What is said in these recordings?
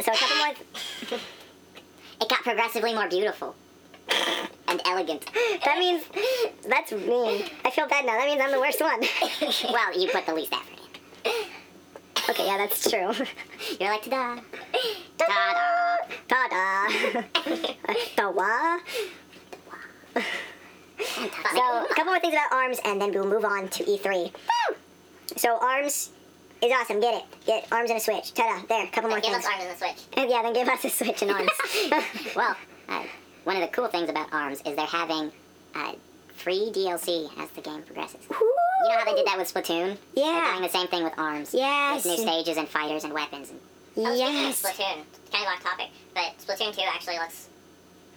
So a couple more. it got progressively more beautiful and elegant. That means that's mean. I feel bad now. That means I'm the worst one. Well, you put the least effort in. Okay, yeah, that's true. You're like ta-da, Ta-da! ta-da, Ta-da! the wah. So, a couple more things about ARMS, and then we'll move on to E3. So, ARMS is awesome. Get it. Get ARMS and a Switch. Ta-da. There, a couple more Give things. us arms and the switch. yeah, then give us a Switch and ARMS. Well, uh, one of the cool things about ARMS is they're having uh, free DLC as the game progresses. You know how they did that with Splatoon? They're doing Yeah. the same thing with ARMS. Yes. With new stages and fighters and weapons. And, oh, speaking of Yes. Splatoon, kind of off topic, but Splatoon 2 actually looks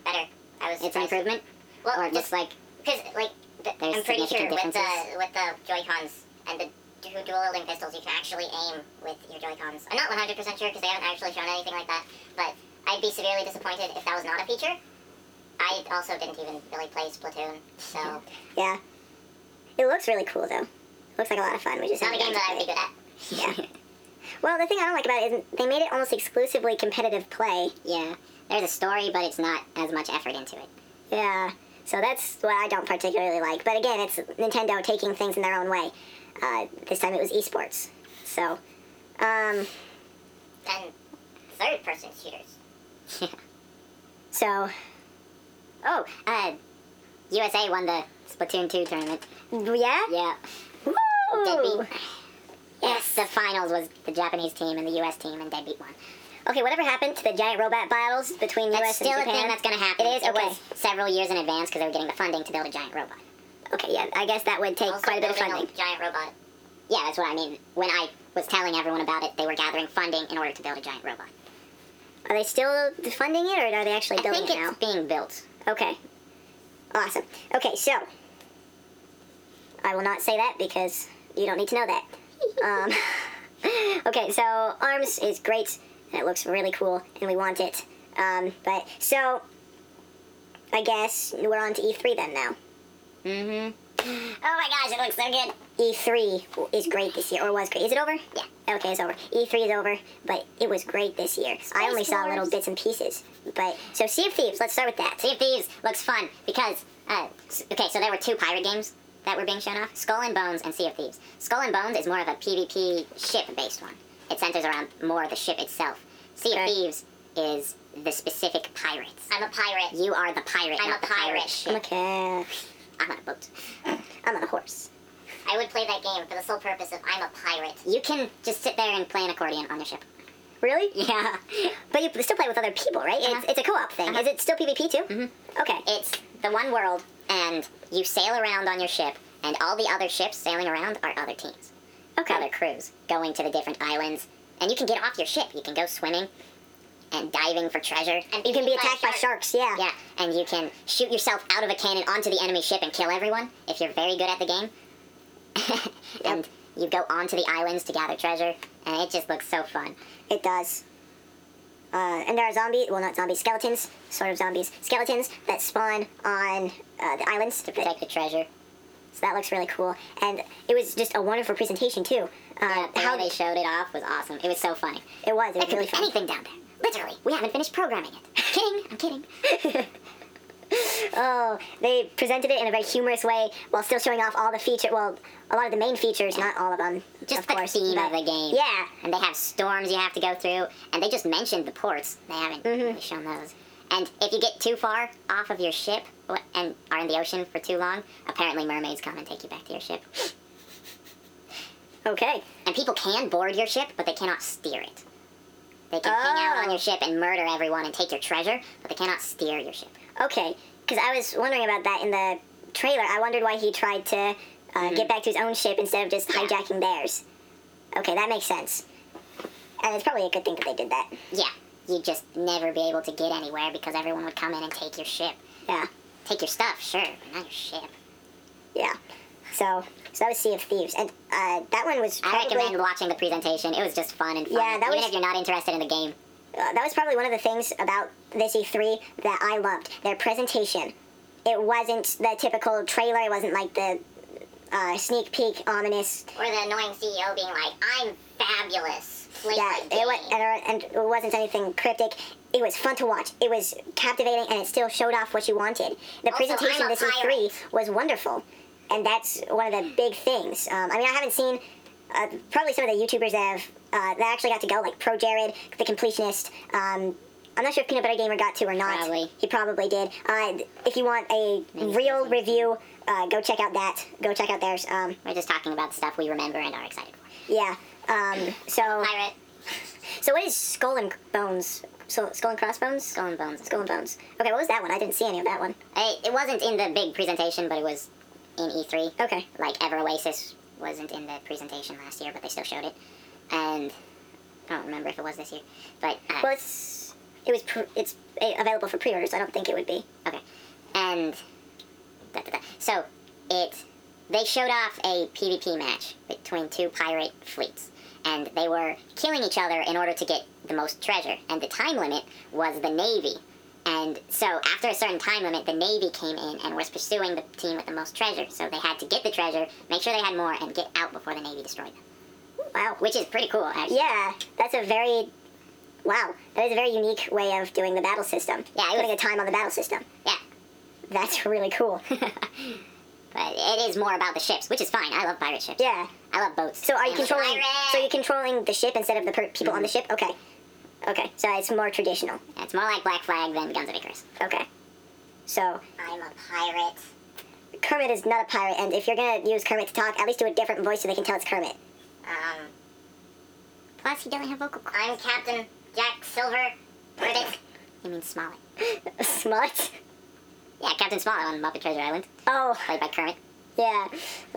better. I was It's an surprised. improvement? Well, or it just- looks like... Because, like, the, There's I'm pretty sure significant with the, differences? with the Joy-Cons and the du- dual-wielding pistols, you can actually aim with your Joy-Cons. I'm not 100% sure because they haven't actually shown anything like that, but I'd be severely disappointed if that was not a feature. I also didn't even really play Splatoon, so Yeah. It looks really cool, though. Looks like a lot of fun. We just it's not a haven't gotten game that to I would be play good at. it. Yeah. Well, the thing I don't like about it is they made it almost exclusively competitive play. Yeah, there's a story, but it's not as much effort into it. Yeah. So that's what I don't particularly like. But again, it's Nintendo taking things in their own way. Uh, this time it was esports. So, um, And third-person shooters. so Oh, uh, USA won the Splatoon 2 tournament. yeah. Yeah. Woo! Deadbeat. Yes, the finals was the Japanese team and the US team, and Deadbeat won. Okay, whatever happened to the giant robot battles between That's U.S. still and a Japan? thing that's going to happen. It is? It was Okay. several years in advance because they were getting the funding to build a giant robot. okay, yeah. I guess that would take quite a bit of funding. giant robot. Yeah, that's what I mean. When I was telling everyone about it, they were gathering funding in order to build a giant robot. Are they still funding it, or are they actually I building think it's it now? being built. Okay. Awesome. Okay, so I will not say that because you don't need to know that. Um, okay, so Arms is great and it looks really cool and we want it. Um, but so I guess we're on E to E3 then now. Mm-hmm. Oh my gosh, it looks so good. E E3 is great this year, or was great. Is it over? Yeah. Okay, it's over. E E3 is over, but it was great this year. I only saw little Wars. bits and pieces. But so Sea of Thieves, let's start with that. Sea of Thieves looks fun because uh, s- okay, so there were two pirate games that were being shown off: Skull and Bones and Sea of Thieves. Skull and Bones is more of a PvP ship-based one. It centers around more the ship itself. Sea of Okay. Thieves is the specific pirates. I'm a pirate. You are the pirate. I'm a pirate. I'm Ship. a cat. I'm on a boat. I'm on a horse. I would play that game for the sole purpose of I'm a pirate. You can just sit there and play an accordion on your ship. Really? Yeah. Uh-huh. But you still play with other people, right? It's, it's a co-op thing. Is it still PvP too? Mm-hmm. Okay. It's the one world, and you sail around on your ship, and all the other ships sailing around are other teams, Okay. other crews, going to the different islands. And you can get off your ship. You can go swimming and diving for treasure. And You can be attacked by sharks. Yeah. Yeah, and you can shoot yourself out of a cannon onto the enemy ship and kill everyone if you're very good at the game. and you go onto the islands to gather treasure, and it just looks so fun. It does. Uh, and there are zombies. Well, not zombies. Skeletons. Sort of zombies. Skeletons that spawn on uh, the islands. To Protect the treasure. So that looks really cool. And it was just a wonderful presentation too. Uh, the how way they showed it off was awesome. It was so funny. it was. It There was could really be fun. anything down there. Literally, we haven't finished programming it. kidding, I'm kidding. Oh, they presented it in a very humorous way while still showing off all the feature. Well, a lot of the main features, not all of them. Just of the course, theme of but- the game. Yeah. And they have storms you have to go through, and they just mentioned the ports. They haven't Mm-hmm. really shown those. And if you get too far off of your ship wh- and are in the ocean for too long, apparently mermaids come and take you back to your ship. Okay. And people can board your ship, but they cannot steer it. They can hang out on Oh. your ship and murder everyone and take your treasure, but they cannot steer your ship. Okay, because I was wondering about that in the trailer. I wondered why he tried to uh, Mm-hmm. get back to his own ship instead of just hijacking theirs. Okay, that makes sense. And it's probably a good thing that they did that. Yeah, you'd just never be able to get anywhere because everyone would come in and take your ship. Yeah, Take your stuff, sure, but not your ship. yeah. So, so that was Sea of Thieves, and uh, that one was I probably recommend watching the presentation. It was just fun and fun. Yeah, that Even was- if you're not interested in the game. uh, that was probably one of the things about this E3 that I loved their presentation. It wasn't the typical trailer. It wasn't like the uh, sneak peek ominous Or the annoying CEO being like, I'm fabulous. Late yeah, night it went, gaming. and, there- and it wasn't anything cryptic. It was fun to watch. It was captivating, and it still showed off what you wanted. The Also, presentation I'm a this E3 was wonderful, and that's one of the big things. Um, I mean, I haven't seen uh, probably some of the YouTubers that have uh, that actually got to go, like Pro Jared, the completionist. Um, I'm not sure if Peanut Butter Gamer got to or not. Probably. He probably did. Uh, if you want a Maybe real something. review, uh, go check out that. Go check out theirs. Um, We're just talking about the stuff we remember and are excited for. yeah. Um, so. Pirate, So what is Skull and Bones? So Skull and Crossbones? Skull, Skull and Bones. Skull and Bones. Okay, what was that one? I didn't see any of that one. I, it wasn't in the big presentation, but it was in E3. Okay. Like Ever Oasis wasn't in the presentation last year, but they still showed it. And I don't remember if it was this year, but uh, Well, it's it was pre- it's uh, available for pre-orders. I don't think it would be. okay. And da, da, da. so it they showed off a PvP match between two pirate fleets, and they were killing each other in order to get the most treasure. And the time limit was the navy. And so after a certain time limit, the navy came in and was pursuing the team with the most treasure. So they had to get the treasure, make sure they had more, and get out before the navy destroyed them. Wow. Which is pretty cool, actually. Yeah, that's a very wow. That is a very unique way of doing the battle system. Yeah, it putting was- a time on the battle system. Yeah. That's really cool. But it is more about the ships, which is fine. I love pirate ships. yeah. I love boats. So are you And controlling? pirate! So you're controlling the ship instead of the per- people on the ship? Okay. Okay. So it's more traditional. It's more like Black Flag than Guns of Icarus. Okay. So I'm a pirate. Kermit is not a pirate, and if you're gonna use Kermit to talk, at least do a different voice so they can tell it's Kermit. Um. Plus, he doesn't have vocal cords. I'm Captain Jack Silver Critic. you mean Smollett? Smut. Yeah, Captain Smollett on Muppet Treasure Island, Oh, played by Kermit. yeah. That's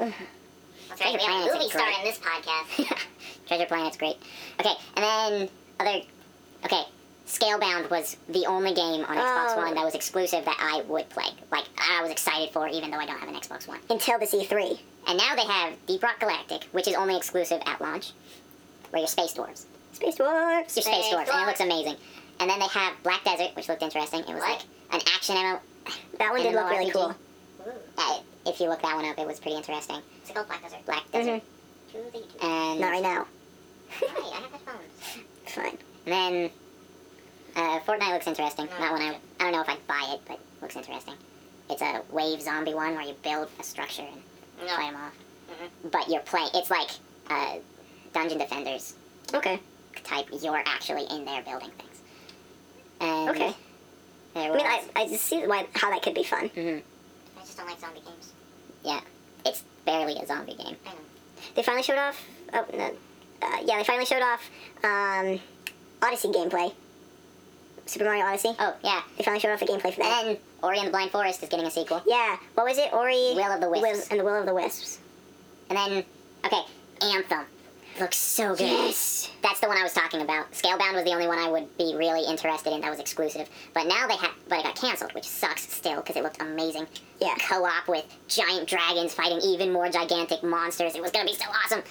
right. We have a movie star in this podcast. Treasure Planet's great. Okay, and then other. Okay, Scalebound was the only game on Xbox Oh. One that was exclusive that I would play. Like I was excited for, even though I don't have an Xbox One. Until this E E3. And now they have Deep Rock Galactic, which is only exclusive at launch, where you're space dwarves. Space Dwarfs. You're space, Space dwarves, and it looks dwarves. amazing. And then they have Black Desert, which looked interesting. It was What? like an action MMO. That one did look really MMORPG. cool. Uh, if you look that one up, it was pretty interesting. It's called Black Desert. Mm-hmm. Black Desert. Who are they doing? And, Not right now. Hi, I have headphones. Fine. and then uh, Fortnite looks interesting. No, Not one I, I don't know if I'd buy it, but looks interesting. It's a wave zombie one where you build a structure and fight 'em No. fight them off. Mm-hmm. But you're playing. It's like uh, Dungeon Defenders Okay. type you're actually in there building things. And Okay. There I was, mean, I, I just see why how that could be fun. Mhm. I just don't like zombie games. yeah, it's barely a zombie game. I know. They finally showed off. Oh no. Uh, yeah, they finally showed off um, Odyssey gameplay. Super Mario Odyssey. Oh yeah, They finally showed off the gameplay for that. and Ori and the Blind Forest is getting a sequel. yeah. What was it? Ori. Will of the Wisps. and the Will of the Wisps. And then okay, Anthem looks so good. Yes. That's the one I was talking about. Scalebound was the only one I would be really interested in that was exclusive. But now they have, but it got canceled, which sucks still because it looked amazing. Yeah. Co-op with giant dragons fighting even more gigantic monsters. It was gonna be so awesome.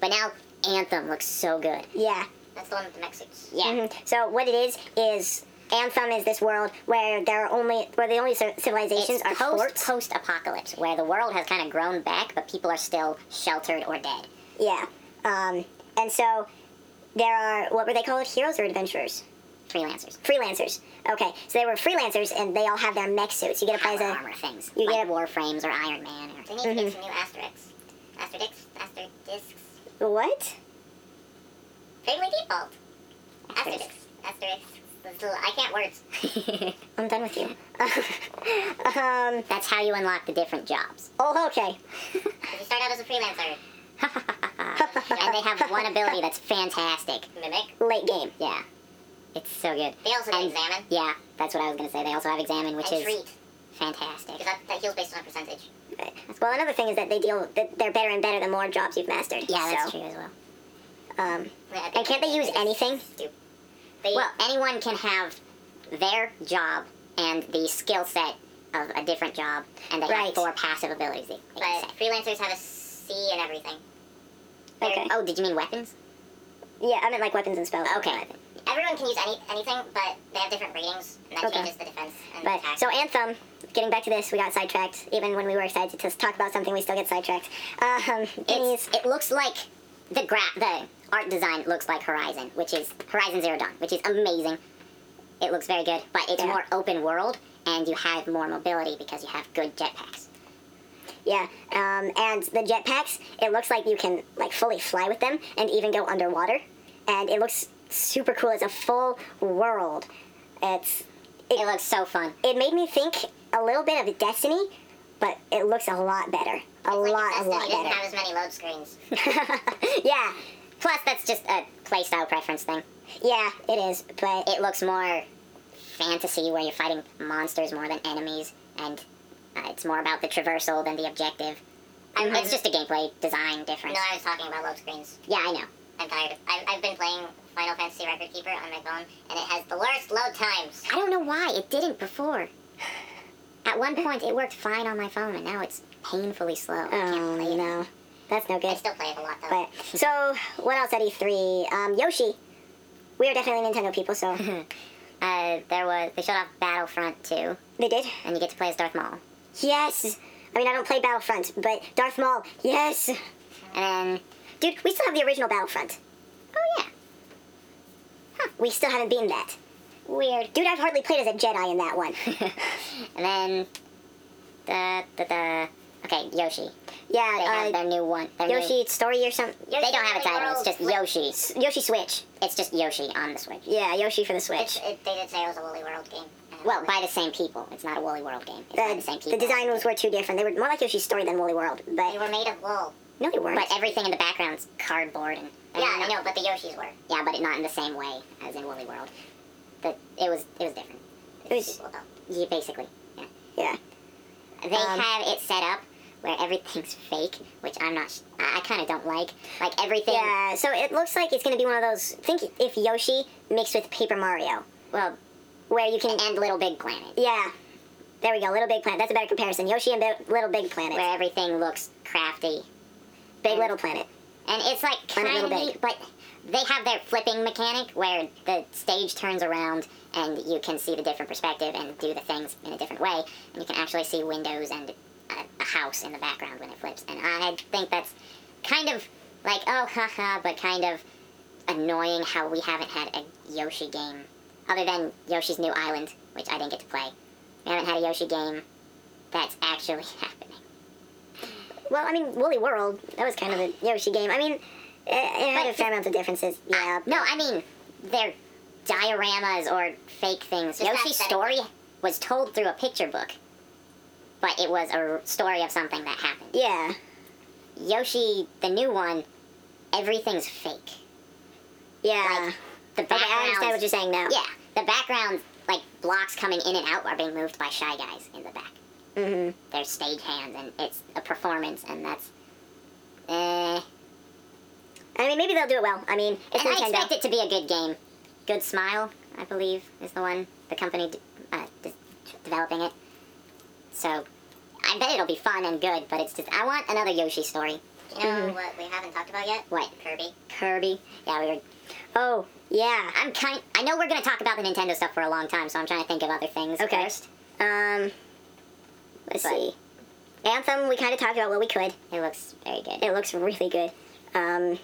But now Anthem looks so good. Yeah. That's the one with the mech suits. Yeah. Mhm. So what it is is Anthem is this world where there are only where the only ci- civilizations It's are post forts. post apocalypse where the world has kind of grown back, but people are still sheltered or dead. Yeah. Um, and so there are what were they called? Heroes or adventurers? Freelancers. Freelancers. Okay. So they were freelancers and they all have their mech suits. You get to play Power as a armor things. you like get- warframes or Iron Man. They Or, need to get some new asterisks. Asterisks? Asterisks? what? Family default. Asterisks. Asterisks. Those little- I can't words. I'm done with you. um, That's how you unlock the different jobs. oh, okay. If you start out as a freelancer, and they have one ability that's fantastic. mimic. Late game. Yeah, it's so good. They also get And- examine Yeah, that's what I was gonna say. They also have examine, which and is treat. fantastic. Because that, that heals based on a percentage. Well, another thing is that they deal that they're better and better the more jobs you've mastered. Yeah, so, that's true as well. Um, Yeah, I think and can't they use anything? Stupid. They, Well, anyone can have their job and the skill set of a different job, and they have Right. four passive abilities. They, they can but say. freelancers have a C in everything. Okay. Oh, did you mean weapons? Yeah, I meant like weapons and spells. Okay. Everyone can use any anything, but they have different ratings, and that Okay. changes the defense and But attack. so Anthem, getting back to this, we got sidetracked. Even when we were excited to talk about something, we still get sidetracked. Um, It's, Guineas. it looks like the gra- the art design looks like Horizon, which is Horizon Zero Dawn, which is amazing. It looks very good, but it's Yeah. more open world and you have more mobility because you have good jetpacks. Yeah, um, and the jetpacks, it looks like you can like fully fly with them and even go underwater, and it looks super cool. It's a full world. It's It looks so fun. it made me think a little bit of Destiny, but it looks a lot better, a Like lot, Destiny a lot didn't better. have as many load screens. yeah, Plus, that's just a playstyle preference thing. yeah, it is, but It looks more fantasy where you're fighting monsters more than enemies, and uh, it's more about the traversal than the objective. I'm- It's just a gameplay design difference. No, I was talking about load screens. yeah, I know. I'm tired. I've, I've been playing Final Fantasy Record Keeper on my phone, and it has the worst load times. I don't know why it didn't before. At one point, it worked fine on my phone, and now it's painfully slow. I can't play oh it. no, that's no I good. still play it a lot, though. But so what else at E3? Um, Yoshi. We are definitely Nintendo people, so Uh, there was they showed off Battlefront 2, they did. and you get to play as Darth Maul. Yes. I mean, I don't play Battlefront, but Darth Maul. Yes. And then, Dude, we still have the original Battlefront. oh yeah, We still haven't beaten that. weird. Dude, I've hardly played as a Jedi in that one. and then, the the the okay Yoshi. They Yeah, have uh, their new one. Their new- Yoshi story or something. they don't have a Yoshi title. It's just Yoshi. Yoshi Switch. It's just Yoshi on the Switch. Yeah, Yoshi for the Switch. It's, it, they did say it was a Woolly World game. and Well, by the same people. It's not a Woolly World game. It's by the same The, people. the design rules were too different. They were more like Yoshi's story than Woolly World, they but were made of wool. no, they weren't. But everything in the background's cardboard and. Yeah, I know, but the Yoshis were. Yeah, but it not in the same way as in Woolly World. But it was it was different. It was- Well, though. Yeah, basically. Yeah. yeah, They Um, have it set up where everything's fake, which I'm not. Sh- I, I kind of don't like. Like everything. yeah. So it looks like it's gonna be one of those. Think if Yoshi mixed with Paper Mario, Well, where you can. and Little Big Planet, Yeah, there we go. Little Big Planet. That's a better comparison. Yoshi and Bi- Little Big Planet. where everything looks crafty, Big Little Planet. and it's like Planet kind Little of neat, Big. but. They have their flipping mechanic where the stage turns around and you can see the different perspective and do the things in a different way, and you can actually see windows and a, a house in the background when it flips. And I think that's kind of like oh haha, but kind of annoying how we haven't had a Yoshi game other than Yoshi's New Island, which I didn't get to play. We haven't had a Yoshi game that's actually happening. Well, I mean, Woolly World, that was kind of a Yoshi game. I mean, it, it had a fair amount of differences. Yeah. No, I mean they're dioramas or fake things. Just Yoshi's that- story was told through a picture book, but it was a r- story of something that happened. Yeah. Yoshi, the new one, everything's fake. Yeah. The okay, I understand what background, you're saying now. yeah, the background like blocks coming in and out are being moved by shy guys in the back. hmm They're stage hands, and it's a performance, and that's. Eh. I mean, maybe they'll do it well. I mean, it's and I Nintendo. expect it to be a good game. Good Smile, I believe, is the one the company d- uh, d- developing it. So, I bet it'll be fun and good. But it's just I want another Yoshi story. You know Mm-hmm. what we haven't talked about yet? What Kirby. Kirby? Yeah, we were. Oh, yeah. I'm kind. I know we're gonna talk about the Nintendo stuff for a long time, so I'm trying to think of other things Okay. first. Um, let's But- see. Anthem, we kind of talked about what we could. It looks very good. It looks really good. Um,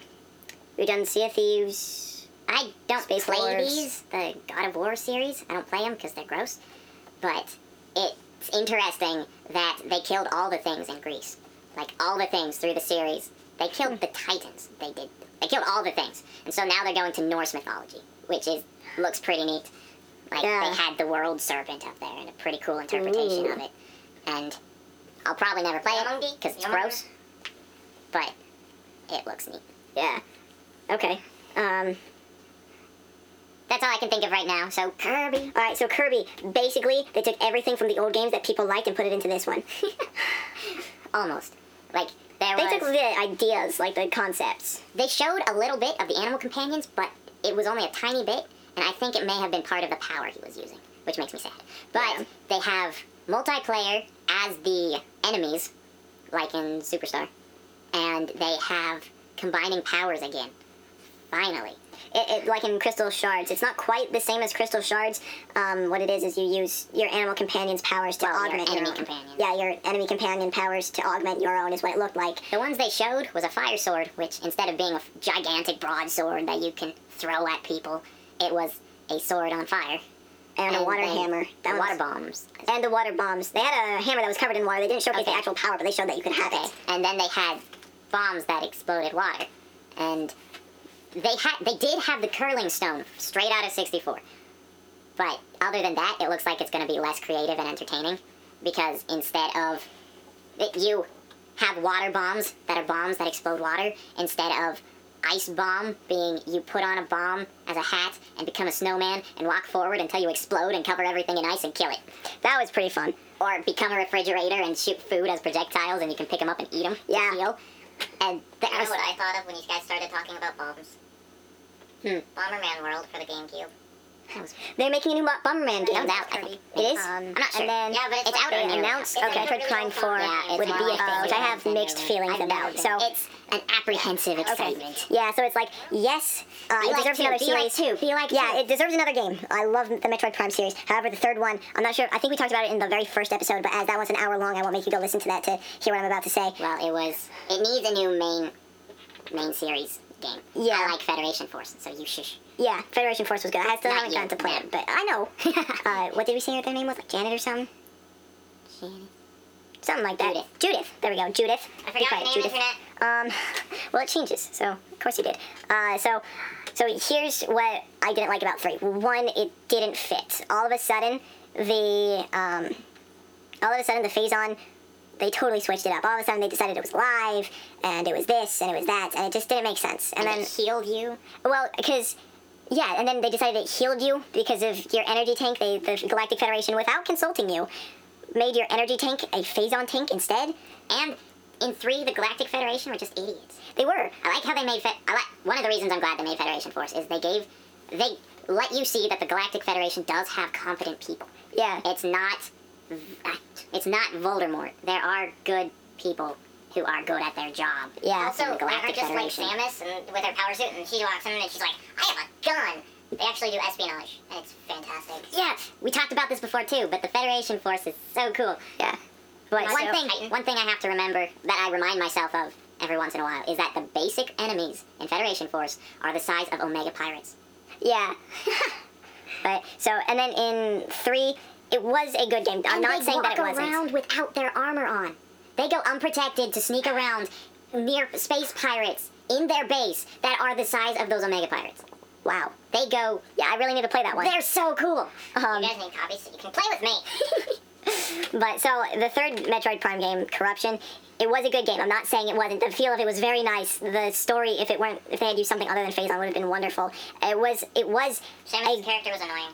we've done Sea of Thieves. I don't Space play Wars. these, the God of War series. I don't play them because they're gross. But it's interesting that they killed all the things in Greece. Like, all the things through the series. They Hmm. killed the Titans. They did. They killed all the things. And so now they're going to Norse mythology, which is looks pretty neat. Like, Yeah. they had the world serpent up there and a pretty cool interpretation Ooh. of it. And I'll probably never play it because it's Yamangi? gross. But it looks neat. Yeah. Okay. Um, That's all I can think of right now. So, Kirby. all right, so Kirby, basically, they took everything from the old games that people liked and put it into this one. Almost. Like there They was. took the ideas, like the concepts. they showed a little bit of the animal companions, but it was only a tiny bit, and I think it may have been part of the power he was using, which makes me sad. But Yeah. they have multiplayer as the enemies, like in Superstar, and they have combining powers again Finally. It, it, like in crystal shards, it's not quite the same as crystal shards. Um, what it is is you use your animal companion's powers to Well, your augment enemy own. companion. Yeah, your enemy companion powers to augment your own is what it looked like. The ones they showed was a fire sword, which instead of being a f- gigantic broadsword that you can throw at people, it was a sword on fire. And, a water then hammer. the That water was, bombs. And the water bombs. They had a hammer that was covered in water. They didn't showcase the Okay. actual power, but they showed that you could have Okay. it. And then they had bombs that exploded water. And they had they did have the curling stone straight out of 64. But other than that, it looks like it's going to be less creative and entertaining because instead of that you have water bombs that are bombs that explode water instead of ice bomb being you put on a bomb as a hat and become a snowman and walk forward until you explode and cover everything in ice and kill it. That was pretty fun. Or become a refrigerator and shoot food as projectiles and you can pick them up and eat them. Yeah. And that You know was, what I thought of when you guys started talking about bombs? Hmm. Bomberman World for the GameCube. that was- They're making a new Bo- Bomberman game. comes out, I think. It is? Um, I'm not sure. And then Yeah, but it's It's like out they on the- announced it's like Metroid a really Prime old 4 phone. Yeah, it's would be a not thing, like a which I have thing mixed really. feelings I know, about. So, it's an apprehensive okay. excitement. Yeah, so it's like, yes, uh, Be it like deserves two, another be like series. two, be like yeah, two. it deserves another game. I love the Metroid Prime series. However, the third one, I'm not sure, I think we talked about it in the very first episode, but as that one's an hour long, I won't make you go listen to that to hear what I'm about to say. Well, it was. It needs a new main main series game. Yeah. I like Federation Force, so you shush. Yeah, Federation Force was good. I still Not haven't you, gotten to play them. it, but I know. uh, what did we say her name was? Like Janet or something? Janet. Something like that. Judith. Judith. There we go. Judith. Be I forgot quiet, the name Judith. internet. Um, well, it changes, so of course you did. Uh, so, so here's what I didn't like about three. One, it didn't fit. All of a sudden, the um, all of a sudden the phase on, they totally switched it up. All of a sudden, they decided it was live, and it was this, and it was that, and it just didn't make sense. And, And then it healed you. well, because yeah, and then they decided it healed you because of your energy tank. They, the Galactic Federation, without consulting you, made your energy tank a phazon tank instead. And in three, the Galactic Federation were just idiots. They were. I like how they made. Fe- I like one of the reasons I'm glad they made Federation Force is they gave they let you see that the Galactic Federation does have competent people. Yeah. It's not. It's not Voldemort. There are good people who are good at their job. Yeah. in Also, the they are Galactic just like Federation. Samus and with her power suit, and she walks in and she's like, I have a gun. They actually do espionage, and it's fantastic. Yeah, we talked about this before too, but the Federation Force is so cool. Yeah. But one so- thing, one thing I have to remember that I remind myself of every once in a while is that the basic enemies in Federation Force are the size of Omega Pirates. Yeah. but so, and then in three, it was a good game. I'm And not they saying that walk it wasn't. around without their armor on. They go unprotected to sneak around near space pirates in their base that are the size of those Omega Pirates. Wow. They go. Yeah, I really need to play that one. They're so cool. Um, You guys need copies so you can play with me. But so the third Metroid Prime game, Corruption, it was a good game. I'm not saying it wasn't. The feel of it was very nice. The story, if it weren't, if they had used something other than Phazon, would have been wonderful. It was, it was, Samus' character was annoying.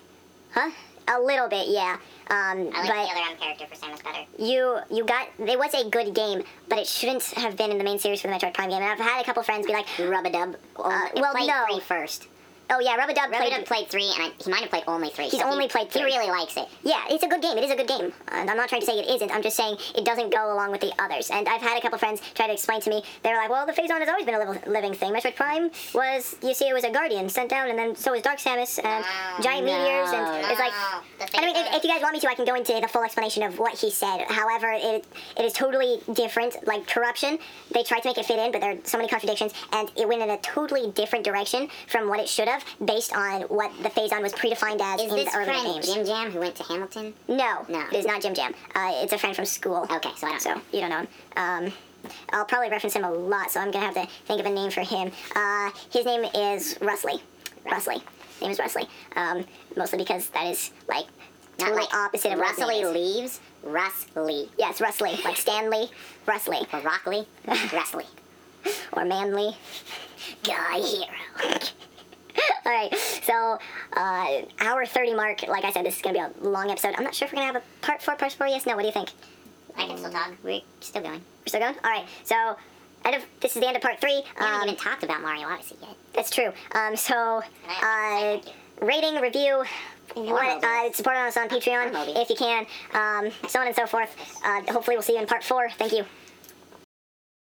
huh? A little bit, yeah. Um, I like but the other M character for Samus better. you you got it was a good game, but it shouldn't have been in the main series for the Metroid Prime game. And I've had a couple friends be like, Rub a dub. Uh, well, played no. three first. "Oh yeah, Rub a Dub Rub played." a dub played three, and I, he might have played only three. He's so he- only played three. He really likes it. Yeah, it's a good game. It is a good game. And I'm not trying to say it isn't. I'm just saying it doesn't go along with the others. And I've had a couple friends try to explain to me. They're like, "Well, the phase on has always been a liv- living thing. Metroid Prime was, you see, it was a guardian sent down, and then so was Dark Samus and Oh, No, giant meteors, and it's like." No, the And I mean, Phazon- if, if you guys want me to, I can go into the full explanation of what he said. However, it it is totally different. Like corruption, they tried to make it fit in, but there are so many contradictions, and it went in a totally different direction from what it should have, based on what the phase on was predefined as Is in this the earlier friend games. Jim Jam who went to Hamilton? No, No. It is not Jim Jam. Uh, it's a friend from school. Okay, so I don't So know. you don't know him. Um, I'll probably reference him a lot, so I'm gonna have to think of a name for him. Uh, his name is Rusley. Rusley. His name is Rusley. Um, mostly because that is like Not totally like opposite of what his name is. Russell leaves. Russ Lee. Yes, Rusley, like Stanley, Rusley, Or Rockley. Russell Lee. or Manly. Guy hero. All right, so uh, hour thirty mark. Like I said, this is gonna be a long episode. I'm not sure if we're gonna have a part four, part four. Yes, no. What do you think? I can still talk. We're still going. We're still going. All right, so end of this is the end of part three. We haven't Um, even talked about Mario Odyssey yet. That's true. Um, so, uh, rating, review, what, uh, support us on Patreon Moby. if you can, um, so on and so forth. Uh, hopefully, we'll see you in part four. Thank you.